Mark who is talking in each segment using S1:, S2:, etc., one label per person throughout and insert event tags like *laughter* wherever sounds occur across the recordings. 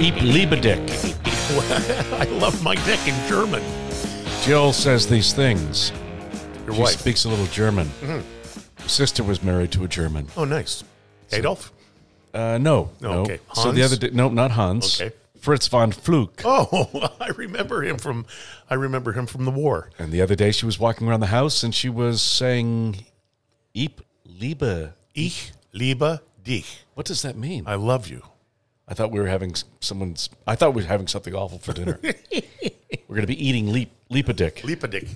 S1: Eep Liebedick.
S2: *laughs* I love my dick in German.
S1: Jill says these things.
S2: Your
S1: She
S2: wife. Mm-hmm.
S1: speaks a little German. Sister was married to a German.
S2: oh, nice. Adolf.
S1: Uh, no,
S2: Oh,
S1: no.
S2: okay.
S1: So the
S2: Hans?
S1: other day, no, not Hans.
S2: Okay.
S1: Fritz von Fluke.
S2: Oh, *laughs* I remember him from. I remember him from the war.
S1: And the other day, she was walking around the house and she was saying, "Eep Liebe."
S2: Ich liebe dich.
S1: What does that mean? I,
S2: I love you.
S1: thought we were having s- someone's. I thought we were having something awful
S2: *laughs*
S1: for dinner. we're going to be eating leap leapadick.
S2: Leap a dick.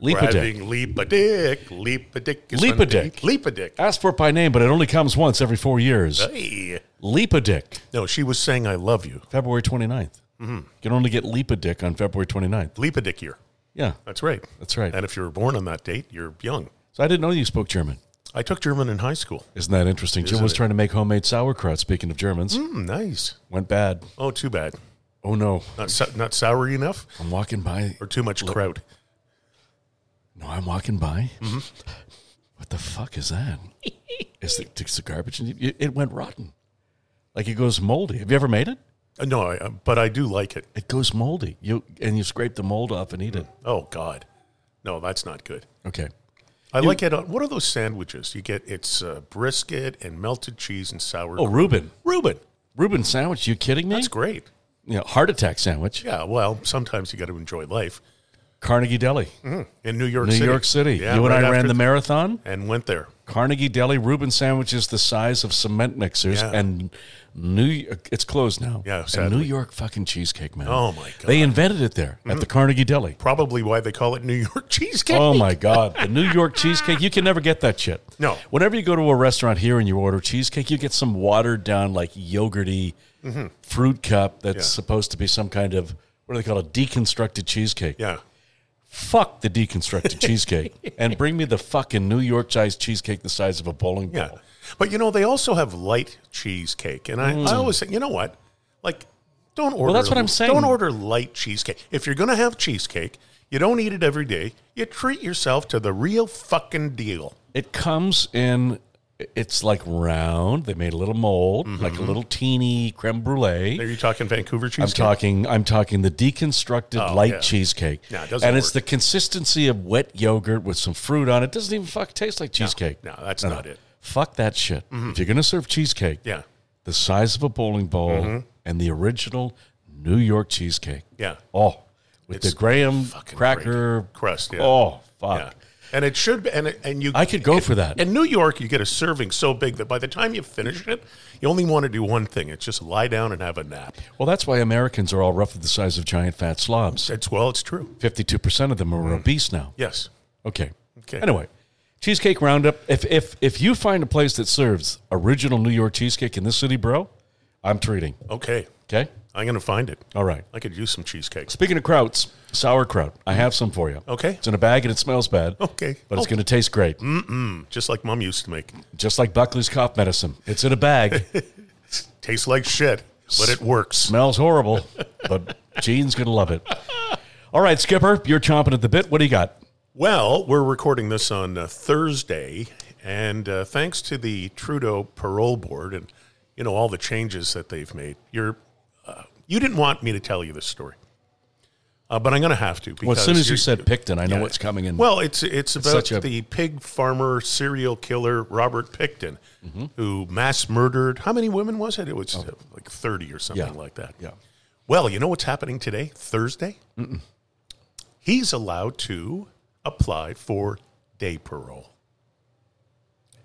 S1: Leap a dick.
S2: Leap a dick. Leap a dick. is
S1: Leap a
S2: when they
S1: dick.
S2: eat Leap a dick.
S1: Asked for it by name, but it only comes once every four years.
S2: Uh. Hey.
S1: Leapadick,
S2: No, she was saying I love you.
S1: February 29th.
S2: Mm-hmm.
S1: You can only get leapadick on February 29th.
S2: Leap a dick year.
S1: Yeah,
S2: That's right.
S1: that's right.
S2: And if you were born on that date, you're young.
S1: So I didn't know you spoke German.
S2: I took German in high school.
S1: Isn't that interesting? Jill
S2: Isn't
S1: was
S2: it?
S1: trying to make homemade sauerkraut. Speaking of Germans,
S2: Hmm, nice.
S1: went bad.
S2: Oh, too bad.
S1: Oh no!
S2: Not sou- not soury enough,
S1: I'm walking by.
S2: or too much kraut.
S1: No, I'm walking by.
S2: Mm-hmm.
S1: What the fuck is that? *laughs* Is it it's the garbage? And it, it went rotten. Like it goes moldy. Have you ever made it?
S2: Uh, No, I, uh, but I do like it.
S1: It goes moldy. You and you scrape the mold off and eat it.
S2: Oh God, no, that's not good.
S1: Okay.
S2: I like it on what are those sandwiches you get? It's uh, brisket and melted cheese and sour.
S1: Oh, Reuben.
S2: Reuben,
S1: Reuben sandwich. You kidding me?
S2: that's great.
S1: Yeah, heart attack sandwich.
S2: Yeah, well, sometimes you got to enjoy life.
S1: Carnegie Deli,
S2: In New York,
S1: New
S2: City.
S1: York City.
S2: yeah,
S1: you and
S2: right
S1: I ran
S2: after
S1: the marathon.
S2: and went there.
S1: Carnegie Deli Reuben sandwiches the size of cement mixers,
S2: Yeah.
S1: and New it's closed now.
S2: Yeah,
S1: and New
S2: sadly.
S1: York fucking cheesecake, man.
S2: Oh, my God. Mm.
S1: They invented it there at the Carnegie Deli.
S2: Probably why they call it New York *laughs* cheesecake.
S1: Oh my God, the New York cheesecake! You can never get that shit.
S2: No.
S1: Whenever you go to a restaurant here and you order cheesecake, you get some watered down, like yogurty
S2: Mm-hmm.
S1: fruit cup that's supposed to be some kind of what do they call it? Deconstructed cheesecake.
S2: Yeah,
S1: Fuck
S2: *laughs*
S1: the deconstructed cheesecake, and bring me the fucking New York sized cheesecake the size of a bowling
S2: yeah.
S1: ball.
S2: But you know, they also have light cheesecake, and I, I always say, you know what? Like, don't order.
S1: Mm. that's what I'm saying.
S2: Don't order light cheesecake. If you're gonna have cheesecake, you don't eat it every day. You treat yourself to the real fucking deal.
S1: It comes in. It's like round. They made a little mold,
S2: Mm-hmm.
S1: like a little teeny creme brulee.
S2: Are you talking Vancouver
S1: I'm
S2: cheesecake?
S1: talking. I'm talking the deconstructed
S2: Oh,
S1: light
S2: yeah.
S1: cheesecake.
S2: Yeah, it doesn't
S1: and it's
S2: work.
S1: the consistency of wet yogurt with some fruit on it. Doesn't even fuck taste like cheesecake.
S2: No, that's not it.
S1: Fuck that shit.
S2: Mm-hmm.
S1: If you're gonna serve cheesecake,
S2: Yeah,
S1: the size of a bowling ball and the original New York cheesecake.
S2: Mm-hmm. yeah,
S1: Oh, with
S2: It's
S1: the graham
S2: fucking
S1: cracker
S2: great. crust. Yeah,
S1: Oh fuck.
S2: yeah. And it should be, and it- and you.
S1: I could go for that.
S2: in New York, you get a serving so big that by the time you finish it, you only want to do one thing. It's just lie down and have a nap.
S1: Well, that's why Americans are all roughly the size of giant fat slobs.
S2: It's well, it's true.
S1: Fifty-two percent of them
S2: Mm-hmm.
S1: are obese now.
S2: Yes.
S1: Okay.
S2: Okay.
S1: Anyway, cheesecake roundup. If if if you find a place that serves original New York cheesecake in this city, bro, I'm treating.
S2: Okay.
S1: Okay.
S2: I'm gonna find it.
S1: All right.
S2: I could use some cheesecake.
S1: Speaking of krauts, sauerkraut. I have some for you.
S2: Okay.
S1: It's in a bag and it smells bad.
S2: Okay.
S1: But it's
S2: Oh.
S1: going to taste great,
S2: just like mom used to make.
S1: just like Buckley's cough medicine. It's in a *laughs* bag,
S2: Tastes like shit, but it works.
S1: smells horrible, but Gene's going to love it. All right, Skipper, you're chomping at the bit. What do you got?
S2: Well, we're recording this on uh, Thursday, and uh, thanks to the Trudeau Parole Board and you know all the changes that they've made, you're uh, you didn't want me to tell you this story, uh, but I'm going to have to. Because
S1: Well, as soon as you
S2: you're-
S1: said Picton, I know what's coming in.
S2: Well, it's it's about
S1: such a-
S2: the pig farmer serial killer Robert Picton,
S1: Mm-hmm.
S2: who mass murdered. How many women was it? It was uh, like thirty or something
S1: Oh. Yeah.
S2: like that.
S1: yeah.
S2: Well, you know what's happening today, Thursday? He's allowed to apply for day parole.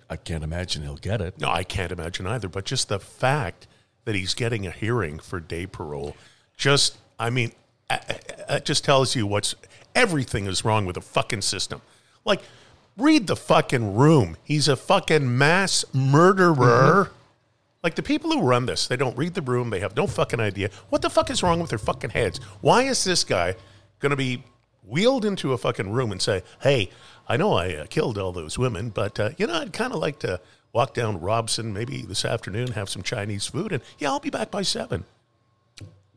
S1: I can't imagine he'll get it.
S2: No, I can't imagine either, but just the fact that he's getting a hearing for day parole just, I mean, uh, uh, uh, it just tells you what's everything is wrong with the fucking system. Like, read the fucking room. He's a fucking mass murderer. Like the people who run this, they don't read the room. They have no fucking idea what the fuck is wrong with their fucking heads. Why is this guy going to be wheeled into a fucking room and say, "Hey, I know I uh, killed all those women, but uh, you know I'd kind of like to walk down Robson maybe this afternoon, have some Chinese food, and yeah, I'll be back by seven.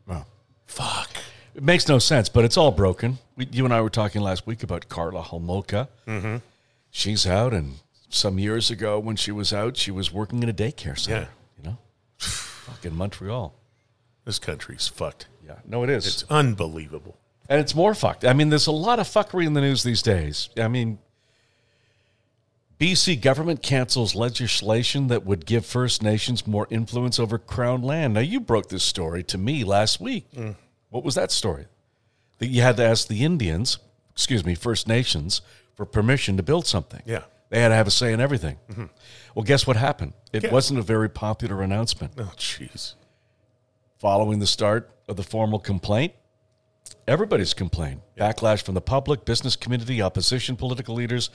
S1: Wow.
S2: Fuck.
S1: It makes no sense, but it's all broken. We, you and I were talking last week about Carla Homolka. Mm-hmm. She's out, and some years ago when she was out, she was working in a daycare center.
S2: Yeah.
S1: You know, *sighs* fucking Montreal.
S2: This country's fucked.
S1: Yeah, no, it is,
S2: It's unbelievable.
S1: and it's more fucked. I mean, there's a lot of fuckery in the news these days. I mean, BC government cancels legislation that would give First Nations more influence over Crown land. Now, you broke this story to me last week.
S2: Mm.
S1: What was that story? That you had to ask the Indians, excuse me, First Nations, for permission to build something.
S2: Yeah. Mm-hmm.
S1: They had to have a say in everything. Well, guess what happened? It
S2: Yeah.
S1: wasn't a very popular announcement.
S2: Oh, jeez.
S1: Following the start of the formal complaint, everybody's complained. Backlash from the public, business community, opposition, political leaders.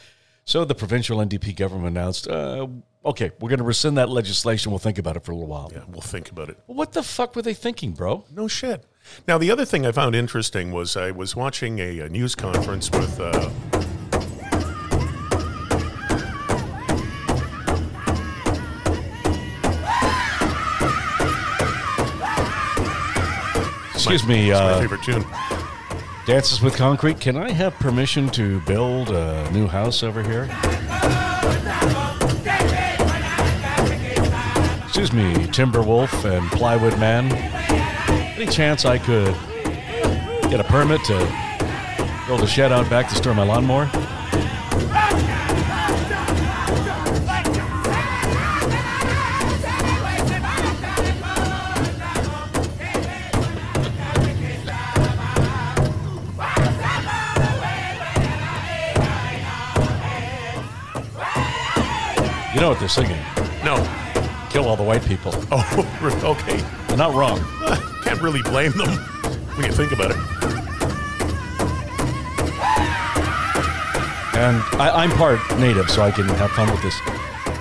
S1: So the provincial NDP government announced, uh, okay, we're going to rescind that legislation. We'll think about it for a little while.
S2: Yeah, we'll think about it.
S1: What the fuck were they thinking, bro?
S2: No shit. Now, the other thing I found interesting was I was watching a, a news conference with. Uh,
S1: Excuse me,
S2: it's my
S1: uh,
S2: favorite tune.
S1: Dances with Concrete. Can I have permission to build a new house over here? Excuse me, Timberwolf and Plywood Man. Any chance I could get a permit to build a shed out back to store my lawnmower? You know what they're singing?
S2: No. *laughs*
S1: Kill all the white people.
S2: Oh, re- okay. *laughs*
S1: They're not wrong.
S2: Can't really blame them when you think about it.
S1: And I, I'm part native, so I can have fun with this.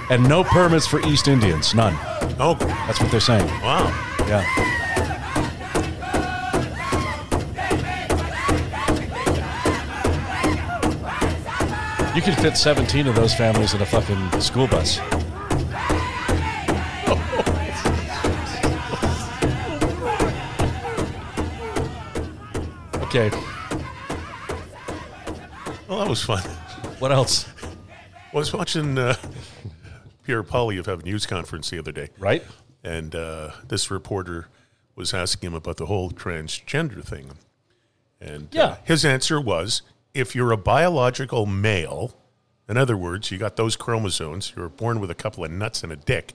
S1: And no permits for East Indians, none.
S2: Oh,
S1: That's what they're saying.
S2: wow.
S1: Yeah. You can fit 17 of those families in a fucking school bus. Okay,
S2: Well, that was fun.
S1: what else?
S2: I was watching uh, Pierre Polyev have a news conference the other day,
S1: Right?
S2: and uh, this reporter was asking him about the whole transgender thing. And uh,
S1: Yeah.
S2: his answer was if you're a biological male, in other words, you got those chromosomes, you were born with a couple of nuts and a dick,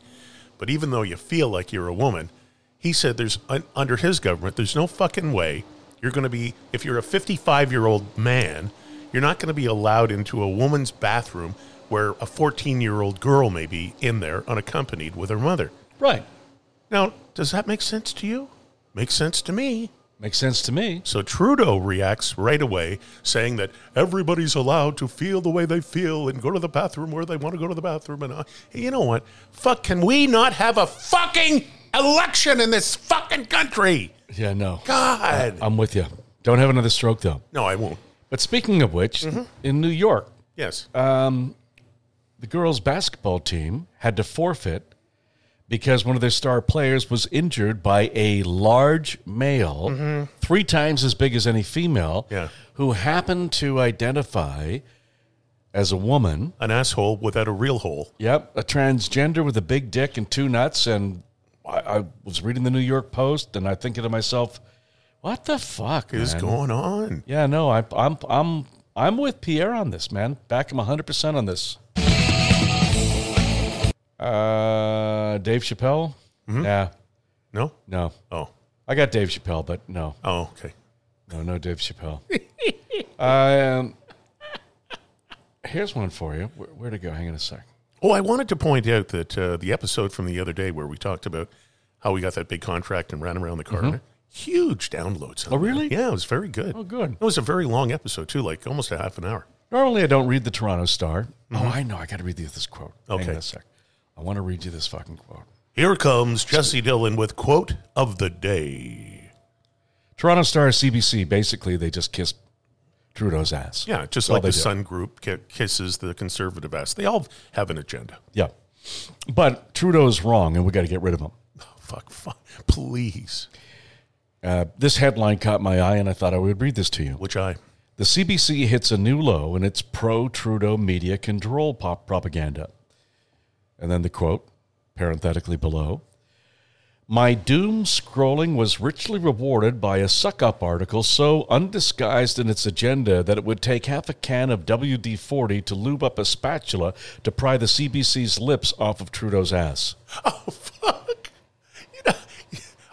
S2: but even though you feel like you're a woman, he said there's un- under his government, there's no fucking way you're going to be, if you're a 55 year old man, you're not going to be allowed into a woman's bathroom where a 14 year old girl may be in there unaccompanied with her mother.
S1: Right.
S2: Now, does that make sense to you? Makes sense to me.
S1: Makes sense to me.
S2: So Trudeau reacts right away, saying that everybody's allowed to feel the way they feel and go to the bathroom where they want to go to the bathroom. And uh, hey, you know what? Fuck, can we not have a fucking election in this fucking country?
S1: Yeah, no.
S2: God.
S1: I'm with you. Don't have another stroke, though.
S2: no, I won't.
S1: But speaking of which, in New York,
S2: Yes.
S1: the girls' basketball team had to forfeit because one of their star players was injured by a large male, three times as big as any female,
S2: Yeah.
S1: who happened to identify as a woman.
S2: An asshole without a real hole.
S1: Yep, a transgender with a big dick and two nuts. And I, I was reading the New York Post, and I thinking to myself, "What the fuck
S2: What is
S1: man?
S2: going on?
S1: Yeah, no, I, I'm I'm I'm with Pierre on this, man. Back him 100 percent on this. Uh, Dave Chappelle?
S2: Mm-hmm.
S1: Yeah,
S2: No?
S1: no,
S2: Oh.
S1: I got Dave Chappelle, but no,
S2: Oh, okay.
S1: no, no,
S2: *laughs*
S1: Dave Chappelle. um, here's one for you. Where, where to go? Hang on a sec.
S2: Oh, I wanted to point out that uh, the episode from the other day where we talked about how we got that big contract and ran around the car, huge downloads. on
S1: Mm-hmm.
S2: that.
S1: Oh, really?
S2: Yeah, it was very good.
S1: Oh, good.
S2: It was a very long episode too, like almost a half an hour.
S1: Normally, I don't read the Toronto Star. Oh, I know. I got to read you this quote. Hang on
S2: Mm-hmm. Okay.
S1: a sec. I want to read you this fucking quote.
S2: Here comes Jesse Dillon with quote of the day.
S1: Toronto Star, CBC. Basically, they just kissed Trudeau's ass.
S2: Yeah, just
S1: Well,
S2: like
S1: they
S2: the
S1: do.
S2: Sun Group ki- kisses the conservative ass. They all have an agenda. *laughs*
S1: Yeah. But Trudeau's wrong, and we got to get rid of him.
S2: Oh, fuck, fuck, please.
S1: Uh, this headline caught my eye, and I thought I would read this to you.
S2: Which I
S1: The CBC hits a new low in its pro Trudeau media control pop propaganda. And then the quote, parenthetically below My doom scrolling was richly rewarded by a suck up article so undisguised in its agenda that it would take half a can of WD 40 to lube up a spatula to pry the CBC's lips off of Trudeau's ass.
S2: *laughs* Oh fuck! You know,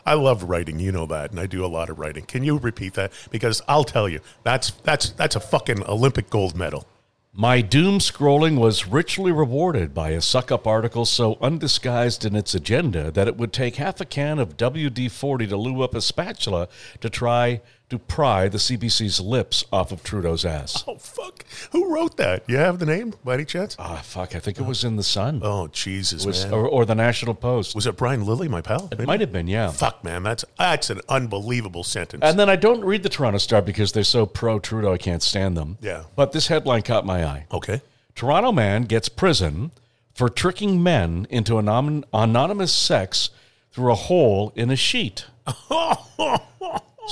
S2: I love writing. You know that, and I do a lot of writing. Can you repeat that? Because I'll tell you, that's that's that's a fucking Olympic gold medal.
S1: My doom scrolling was richly rewarded by a suck up article so undisguised in its agenda that it would take half a can of WD 40 to lube up a spatula to try to pry the CBC's lips off of Trudeau's ass.
S2: Oh fuck! Who wrote that? You have the name by any chance?
S1: Ah, fuck. I think it was in The Sun
S2: Oh Jesus,
S1: was,
S2: man!
S1: or, or The National Post.
S2: Was it Brian Lilly, my pal?
S1: It might have been, yeah.
S2: Fuck, man, that's that's an unbelievable sentence.
S1: And then I don't read the Toronto Star because they're so pro Trudeau, I can't stand them.
S2: Yeah.
S1: But this headline caught my eye.
S2: okay.
S1: Toronto man gets prison for tricking men into anom- anonymous sex through a hole in a sheet. so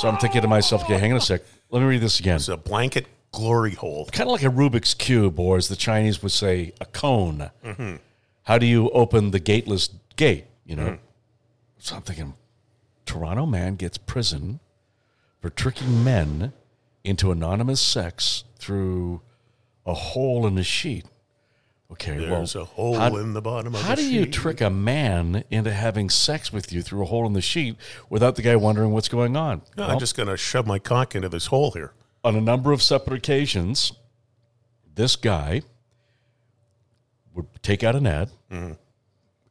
S1: I'm thinking to myself, okay, hang on a sec. Let me read this again.
S2: It's a blanket glory hole.
S1: Kind of like a Rubik's Cube, or as the Chinese would say, a cone. How do you open the gateless gate? You know?
S2: Mm-hmm.
S1: So I'm thinking, Toronto man gets prison for tricking men into anonymous sex through a hole in a sheet. Okay, well,
S2: There's a hole
S1: how-
S2: in the bottom of
S1: how
S2: the
S1: do you
S2: sheet.
S1: trick a man into having sex with you through a hole in the sheet without the guy wondering what's going on?
S2: No,
S1: Well,
S2: I'm just gonna shove my cock into this hole here.
S1: on a number of separate occasions, this guy would take out an ad,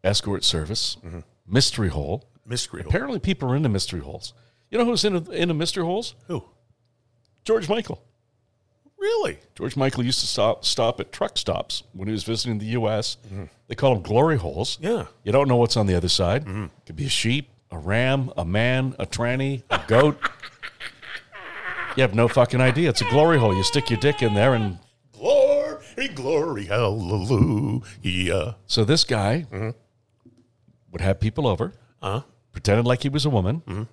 S1: escort service, mystery hole.
S2: Mystery hole.
S1: Apparently, people are into mystery holes. You know who's into, into mystery holes?
S2: Who?
S1: George Michael.
S2: Really?
S1: George Michael used to stop, stop at truck stops when he was visiting the U.S. They call them glory holes.
S2: Yeah.
S1: You don't know what's on the other side. Could be a sheep, a ram, a man, a tranny, a goat. you have no fucking idea. It's a glory hole. You stick your dick in there, and
S2: Glory, glory, hallelujah.
S1: so this guy would have people over,
S2: Huh?
S1: pretended like he was a woman.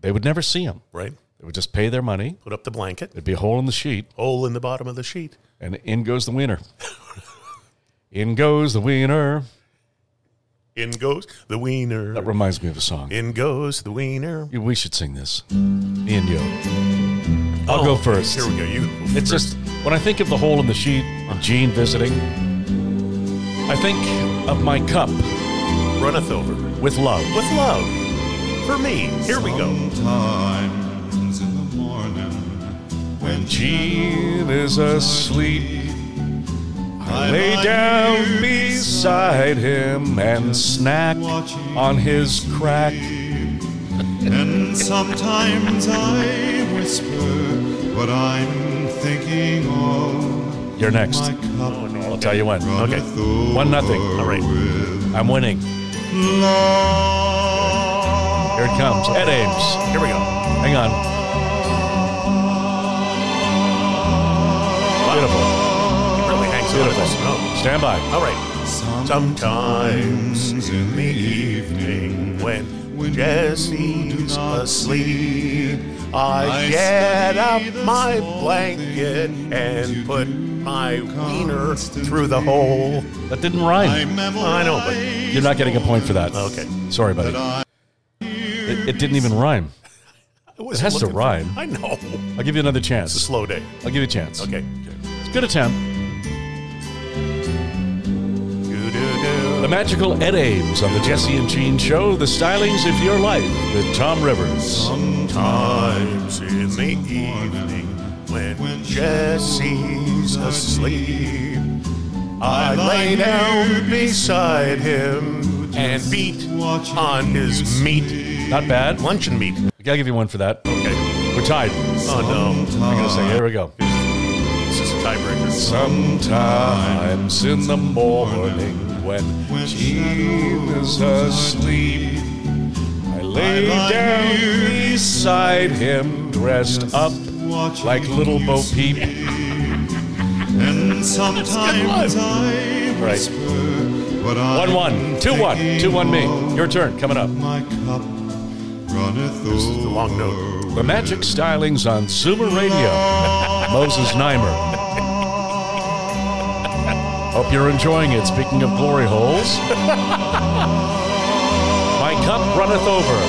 S1: They would never see him.
S2: Right?
S1: They would just pay their money.
S2: Put up the blanket,
S1: There'd be a hole in the sheet,
S2: hole in the bottom of the sheet.
S1: and in goes the wiener. in goes the wiener.
S2: In goes the
S1: That
S2: wiener.
S1: reminds me of a song.
S2: In goes the wiener.
S1: We should sing this. Me and you. I'll go first.
S2: Oh, Here we go. You.
S1: It's just when I think of the hole in the sheet, of Gene visiting, I think of my cup
S2: runneth over
S1: with love.
S2: with love for me. Here we go.
S3: Sometimes in the morning when
S1: Gene is asleep. I lay down beside him and snack on his crack.
S3: and sometimes I whisper what I'm thinking of.
S1: You're next.
S3: My cup
S1: I'll tell you when.
S2: Okay.
S3: okay.
S1: One nothing. All
S2: right.
S3: With
S1: I'm winning.
S3: love.
S1: Here it comes. Ed Ames.
S2: Here we go.
S1: Hang on. Beautiful.
S2: It really hangs out of
S1: Beautiful.
S2: this. Oh.
S1: Stand by.
S2: All right. Sometimes in the evening when Jesse's asleep, I get up my blanket and put my wiener through the hole.
S1: That didn't rhyme.
S3: I memorize
S2: I know, but
S1: You're not getting a point for that.
S2: Okay.
S1: Sorry, buddy. It, it didn't even rhyme.
S2: I was
S1: It has to rhyme.
S2: I know.
S1: I'll give you another
S2: It's a
S1: chance.
S2: slow day.
S1: I'll give you a chance.
S2: Okay.
S1: It's a good attempt. The magical Ed Ames on the Jesse and Gene Show, The Stylings of Your Life with Tom Rivers.
S2: Sometimes in the evening when Jesse's asleep, I lay down beside him and beat on his meat,
S1: Not bad. I
S2: luncheon meat.
S1: gotta give you one for that.
S2: Okay.
S1: We're tied.
S2: Oh no,
S1: I'm gonna say, here we go.
S2: this is a tiebreaker.
S1: Sometimes in the morning when Gene is asleep, I lay down beside him, dressed up like little Bo Peep.
S3: And sometimes I
S1: Right.
S3: whisper what I'm
S1: One one, two one, two one. Me. Your turn. Coming up.
S3: My cup runneth
S2: This is a long note.
S1: The Magic Stylings on Zoomer Radio. *laughs* Moses Neimer. *laughs* Hope you're enjoying it. Speaking of glory holes, *laughs* my cup runneth over.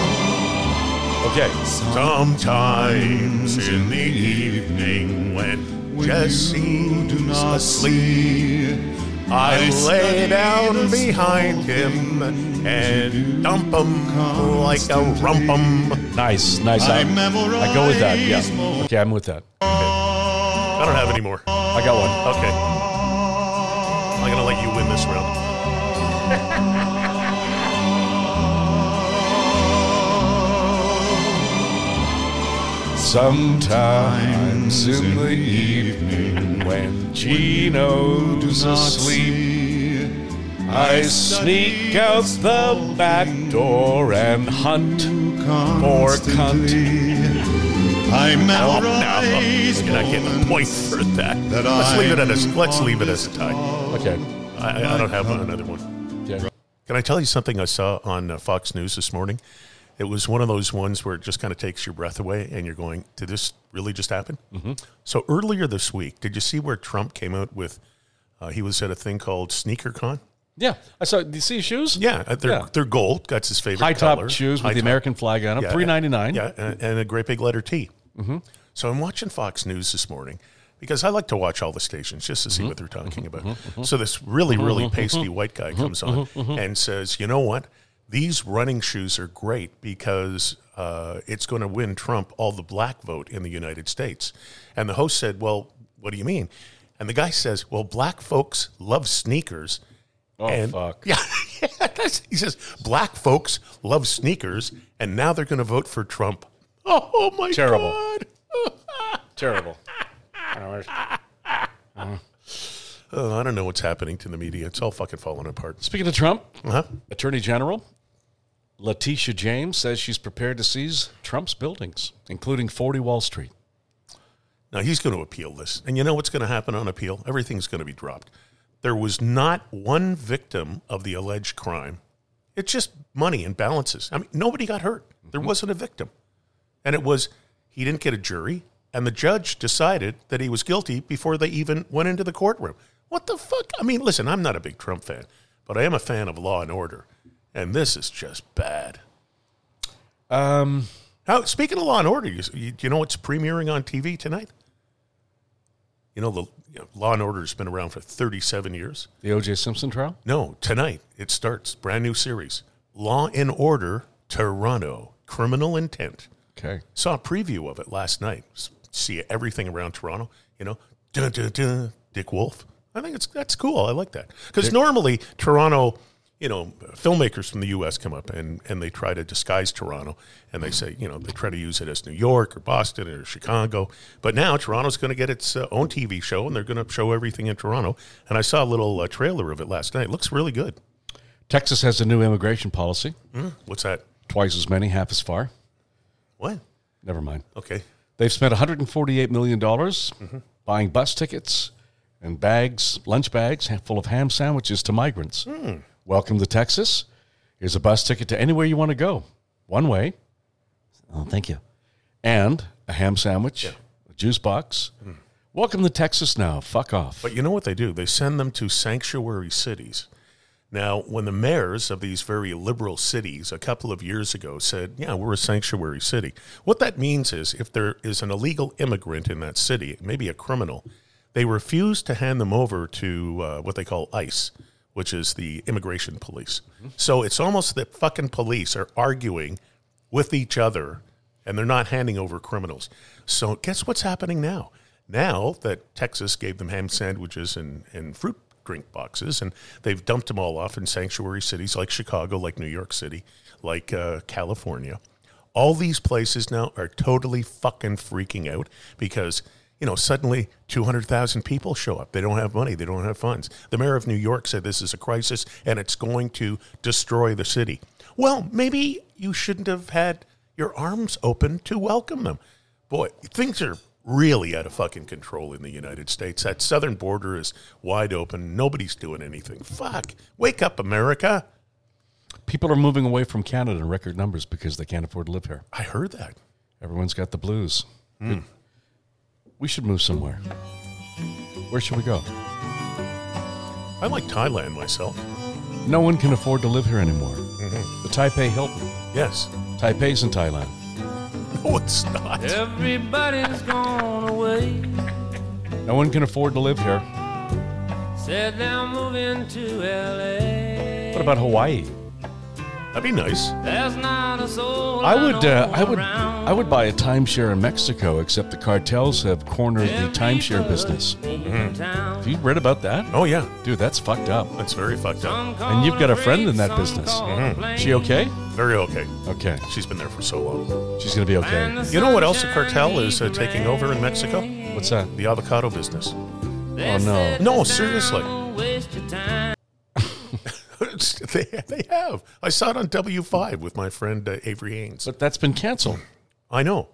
S1: Okay.
S2: Sometimes in the evening when Jesse's asleep, I lay down behind him and dump him like a rumpum.
S1: Nice, nice. I, I go with that. Yeah. Okay, I'm with that.
S2: I don't have any more.
S1: I got one.
S2: Okay. I'm going to let you win this round.
S1: Sometimes in the evening when Gino's asleep, I sneak out the back door and hunt for cunt.
S3: I
S2: Oh, no.
S3: memorize
S2: You're not getting a point for that.
S3: That
S2: Let's leave it at
S3: I'm
S2: a, let's leave it as a tie.
S1: Okay.
S2: I, I don't have another one.
S1: okay.
S2: Can I tell you something I saw on uh, Fox News this morning? It was one of those ones where it just kind of takes your breath away and you're going, did this really just happen? Mm-hmm. So earlier this week, did you see where Trump came out with, uh, he was at a thing called SneakerCon?
S1: Yeah. I saw. Do you see his shoes?
S2: Yeah, uh, they're,
S1: Yeah.
S2: they're gold. That's his favorite
S1: High
S2: color.
S1: top shoes
S2: High
S1: with the
S2: top.
S1: American flag on them.
S2: Yeah,
S1: Three ninety nine.
S2: Yeah, and, and a great big letter T. Mm-hmm. So I'm watching Fox News this morning because I like to watch all the stations just to see what they're talking about. So this really, really pasty white guy comes on and says, "You know what? These running shoes are great because uh, it's going to win Trump all the black vote in the United States." And the host said, "Well, what do you mean?" And the guy says, "Well, black folks love sneakers."
S1: Oh
S2: and *laughs*
S1: fuck.
S2: yeah, yeah that's, he says black folks love sneakers, and now they're going to vote for Trump. Oh, my
S1: Terrible.
S2: god!
S1: *laughs* Terrible.
S2: Oh, I don't know what's happening to the media. It's all fucking falling apart.
S1: Speaking of Trump,
S2: Uh-huh.
S1: Attorney General Letitia James says she's prepared to seize Trump's buildings, including 40 Wall Street.
S2: Now he's going to appeal this, and you know what's going to happen on appeal? Everything's going to be dropped. There was not one victim of the alleged crime. It's just money and balances. I mean, nobody got hurt. There wasn't a victim, and it was he didn't get a jury, and the judge decided that he was guilty before they even went into the courtroom. What the fuck? I mean, listen, I'm not a big Trump fan, but I am a fan of law and order, and this is just bad.
S1: Um,
S2: Now, speaking of Law and Order, you, you, you know what's premiering on TV tonight? You know the you know, Law and Order has been around for 37 years.
S1: the O.J. Simpson trial?
S2: No, tonight it starts brand new series, Law and Order Toronto: Criminal Intent.
S1: Okay.
S2: Saw a preview of it last night. S- See everything around Toronto. You know, dun, dun, dun, Dick Wolf. I think it's that's cool. I like that because normally Toronto, you know, filmmakers from the U.S. come up and and they try to disguise Toronto and they say you know they try to use it as New York or Boston or Chicago. But now Toronto's going to get its uh, own TV show and they're going to show everything in Toronto. And I saw a little uh, trailer of it last night. It looks really good.
S1: Texas has a new immigration policy,
S2: What's that?
S1: twice as many, half as far.
S2: What?
S1: Never mind.
S2: Okay.
S1: They've spent $148 million buying bus tickets and bags, lunch bags ha- full of ham sandwiches to migrants. Welcome to Texas. Here's a bus ticket to anywhere you want to go, one way. Oh, thank you. And a ham sandwich, a juice box. Welcome to Texas now. Fuck off.
S2: But you know what they do? They send them to sanctuary cities. Now, when the mayors of these very liberal cities a couple of years ago said, Yeah, we're a sanctuary city, what that means is if there is an illegal immigrant in that city, maybe a criminal, they refuse to hand them over to uh, what they call ICE, which is the immigration police. So it's almost that fucking police are arguing with each other and they're not handing over criminals. So guess what's happening now? Now that Texas gave them ham sandwiches and, and fruit drink boxes, and they've dumped them all off in sanctuary cities like Chicago, like New York City, like uh, California. All these places now are totally fucking freaking out because, you know, suddenly 200,000 people show up. They don't have money. They don't have funds. The mayor of New York said this is a crisis and it's going to destroy the city. Well, maybe you shouldn't have had your arms open to welcome them. Boy, things are really out of fucking control in the United States. That southern border is wide open. Nobody's doing anything. Fuck. Wake up, America.
S1: People are moving away from Canada in record numbers because they can't afford to live here.
S2: I heard that.
S1: Hmm. Everyone's got the blues. We should move somewhere. Where should we go?
S2: I like Thailand myself.
S1: No one can afford to live here anymore.
S2: Mm-hmm.
S1: The Taipei Hilton.
S2: Yes. *laughs*
S1: Taipei's in Thailand.
S2: No, it's not.
S4: Everybody's gone away.
S1: No one can afford to live here.
S4: Said they're moving to LA.
S1: What about Hawaii?
S2: That'd be nice.
S4: There's not a soul.
S1: I would, uh,
S4: know
S1: I would,
S4: around.
S1: I would buy a timeshare in Mexico. Except the cartels have cornered the timeshare
S4: Everybody
S1: business.
S4: in town.
S1: Have you read about that?
S2: Oh yeah,
S1: Dude, that's fucked up.
S2: that's very fucked up.
S4: Some call
S1: Hmm. you've
S4: it
S1: got a
S4: break,
S1: friend in that
S4: some
S1: business. Hmm.
S4: call it
S2: Mm-hmm.
S4: plain.
S1: She okay?
S2: Very okay.
S1: Okay,
S2: She's been there for so long.
S1: she's gonna be
S4: And
S1: okay.
S4: the
S2: You know what else the
S4: sunshine
S2: cartel is uh,
S4: leaves
S2: taking
S4: rain.
S2: over in Mexico?
S1: What's that?
S2: The avocado business.
S4: They
S1: Oh, no.
S4: said
S2: No,
S4: that
S2: seriously.
S4: don't waste your time.
S2: *laughs* they, they have. I saw it on W five with my friend uh, Avery Haynes.
S1: But that's been canceled.
S2: I know.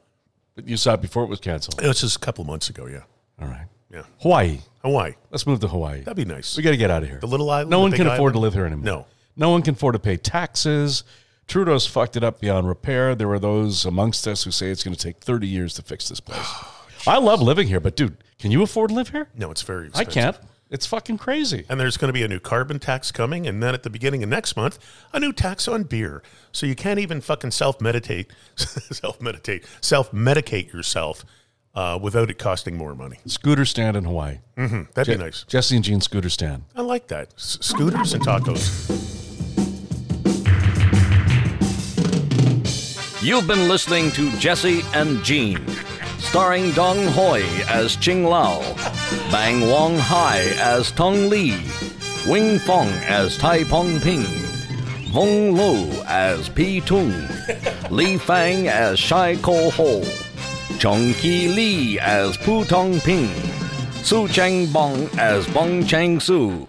S1: But you saw it before it was canceled.
S2: It was just a couple months ago. Yeah,
S1: All right.
S2: yeah.
S1: Hawaii.
S2: Hawaii.
S1: Let's move to Hawaii.
S2: That'd be nice.
S1: We got to get out of here.
S2: The little island.
S1: No
S2: the
S1: one
S2: big
S1: can afford to
S2: island.
S1: live here anymore.
S2: No.
S1: No one can afford to pay taxes. Trudeau's fucked it up beyond repair. There are those amongst us who say it's going to take 30 years to fix
S2: *sighs*
S1: this place.
S2: Oh,
S1: I love living here, but dude, can you afford to live here?
S2: No, it's very.
S1: I
S2: Expensive.
S1: can't. It's fucking crazy.
S2: And there's going to be a new carbon tax coming, and then at the beginning of next month, a new tax on beer. So you can't even fucking self *laughs* meditate, self meditate, self medicate yourself uh, without it costing more money.
S1: Scooter stand in Hawaii.
S2: That'd be nice.
S1: Jesse and Jean scooter stand.
S2: I like that. S- scooters and tacos.
S5: You've been listening to Jesse and Jean, starring Dong Hoi as Ching Lao, Bang Wong Hai as Tong Li, Wing Fong as Tai Pong Ping, Vong Lo as Pi Tung, Li Fang as Shai Ko Ho, Chong Ki Lee as Pu Tong Ping, Su Chang Bong as Bong Chang Su,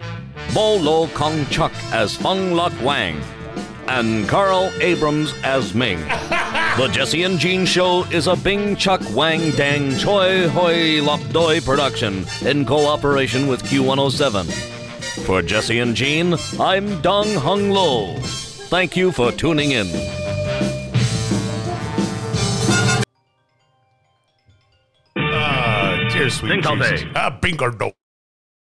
S5: Bo Lo Kong Chuk as Feng Lok Wang, and Carl Abrams as Ming. The Jesse and Jean Show is a Bing Chuck Wang Dang Choi Hoi Lop Doi production in cooperation with Q107. For Jesse and Jean, I'm Dong Hung Lo. Thank you for tuning in.
S2: Ah, dear sweet
S5: Ding dong
S2: Jesus.
S5: day.
S2: Ah, bingo.